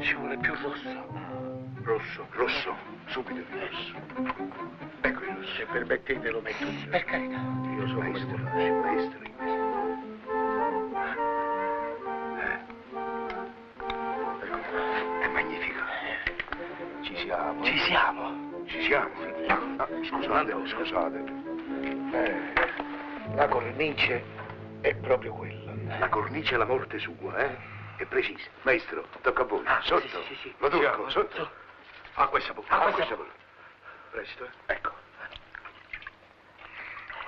Ci vuole più rosso. Rosso, rosso, subito il rosso. Ecco il rosso, se permettete lo metto io. Per carità. Io sono maestro, Maestro. maestro. maestro. Eh. Ecco, è magnifico. Ci siamo. eh? Ci siamo. Ci siamo. Ah, scusate, scusate. Eh, la cornice è proprio quella. La cornice è la morte sua, eh? È precisa. Maestro, tocca a voi. Ah, sì, sotto. sì, sì, sì. Lo tocco, Siamo. sotto. A questa bocca. A A questa questa bocca. Presto, eh. Ah, ecco.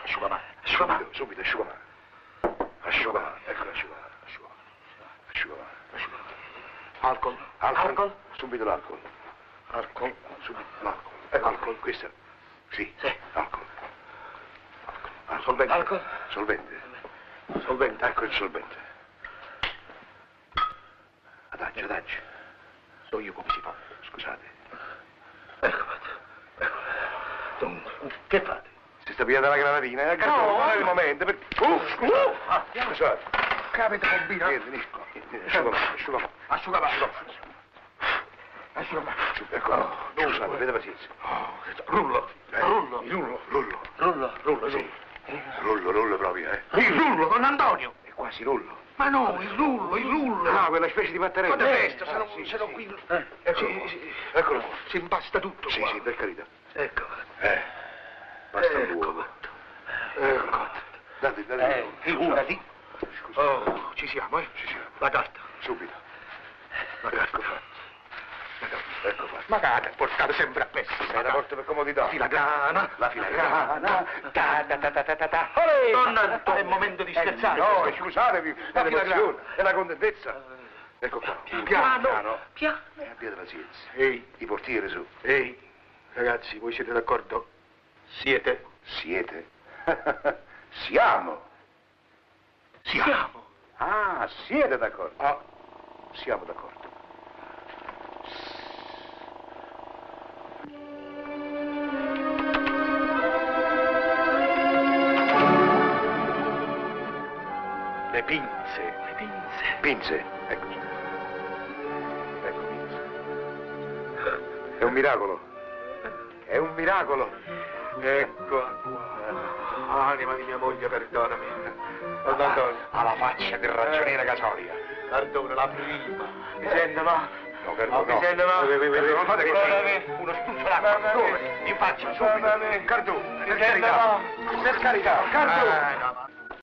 Asciugamano. Subito, subito, asciugamano. Asciugamano, ecco l'asciugamano. Asciugamano. Asciugamano. Asciugamano. Alcol. Alcol. Alcol? Subito l'alcol. Alcol. Subito l'alcol. Ecco, alcol, questa. Sì. Sì. Alcol. Alcol. Solvente. Alcol. Solvente. Solvente. Ecco il solvente. Adagio, adagio. So io come si fa. Scusate. Ecco fatto. Ecco. Dunque, che fate? Si sta pigliando la granatina. Eh? No, Capito? non è no. il momento. Per... Uh, scusa. Uh, ah, scusate. Capita combina. Vieni, vieni. Asciugamano, asciugamano. Asciugamano. Asciugamano. Ecco, scusate, avete pazienza. Oh, che to- Rullo. Eh, Rullo. il Rullo. Rullo. Rullo. Rullo, Sì. Rullo, rullo proprio, eh. Il rullo con Antonio. È quasi rullo. Ma no, il rullo, il rullo. Ah, quella specie di mattarello. Ma del resto, se Ah, non- sì, se non sì. qui- Eh, Eccolo Sì, qua. Eh, sì. Eccolo qua. Si impasta tutto Sì, qua. sì, per carità. Ecco. Eh, basta Ecco l'uovo. fatto. Ecco fatto. Date, date Eh, l'uovo. figurati. Scusate. Scusa. Oh, ci siamo, eh? Ci siamo. La carta. Subito. La carta. Ecco fatto. Ecco fatto. Ma cara, portata sembra pessima. Sei la porto per comodità. Filagrana. La filagrana. Ta ta ta ta ta ta ta. Olè! Donna Antonio, Ah, è il momento di scherzare. Eh, no, scusatevi. È La filagrana. l'emozione, è la contentezza. Ecco qua. Piano. Piano. Eh, abbiate pazienza. Ehi, I portiere su. ehi, ragazzi, voi siete d'accordo? Siete? Siete? Siamo. Siamo. Ah, siete d'accordo. Ah, siamo d'accordo. Le pinze. Le pinze. Pinze, ecco. Ecco Pinze. È un miracolo. È un miracolo. Eccola qua. Anima di mia moglie, perdonami. Don Antonio. Ah, Alla faccia del ragioniere Casoria. Perdona, la prima. Mi sente, va? No, Carlo, no. Mi sente, va? Eh, eh, eh, non fate così. Perdonami. Uno spruzzo d'acqua. Dove? In faccia, subito. Cardù, Mi per sente, carità. va? Per carità, Cardù. Ah, no, ma-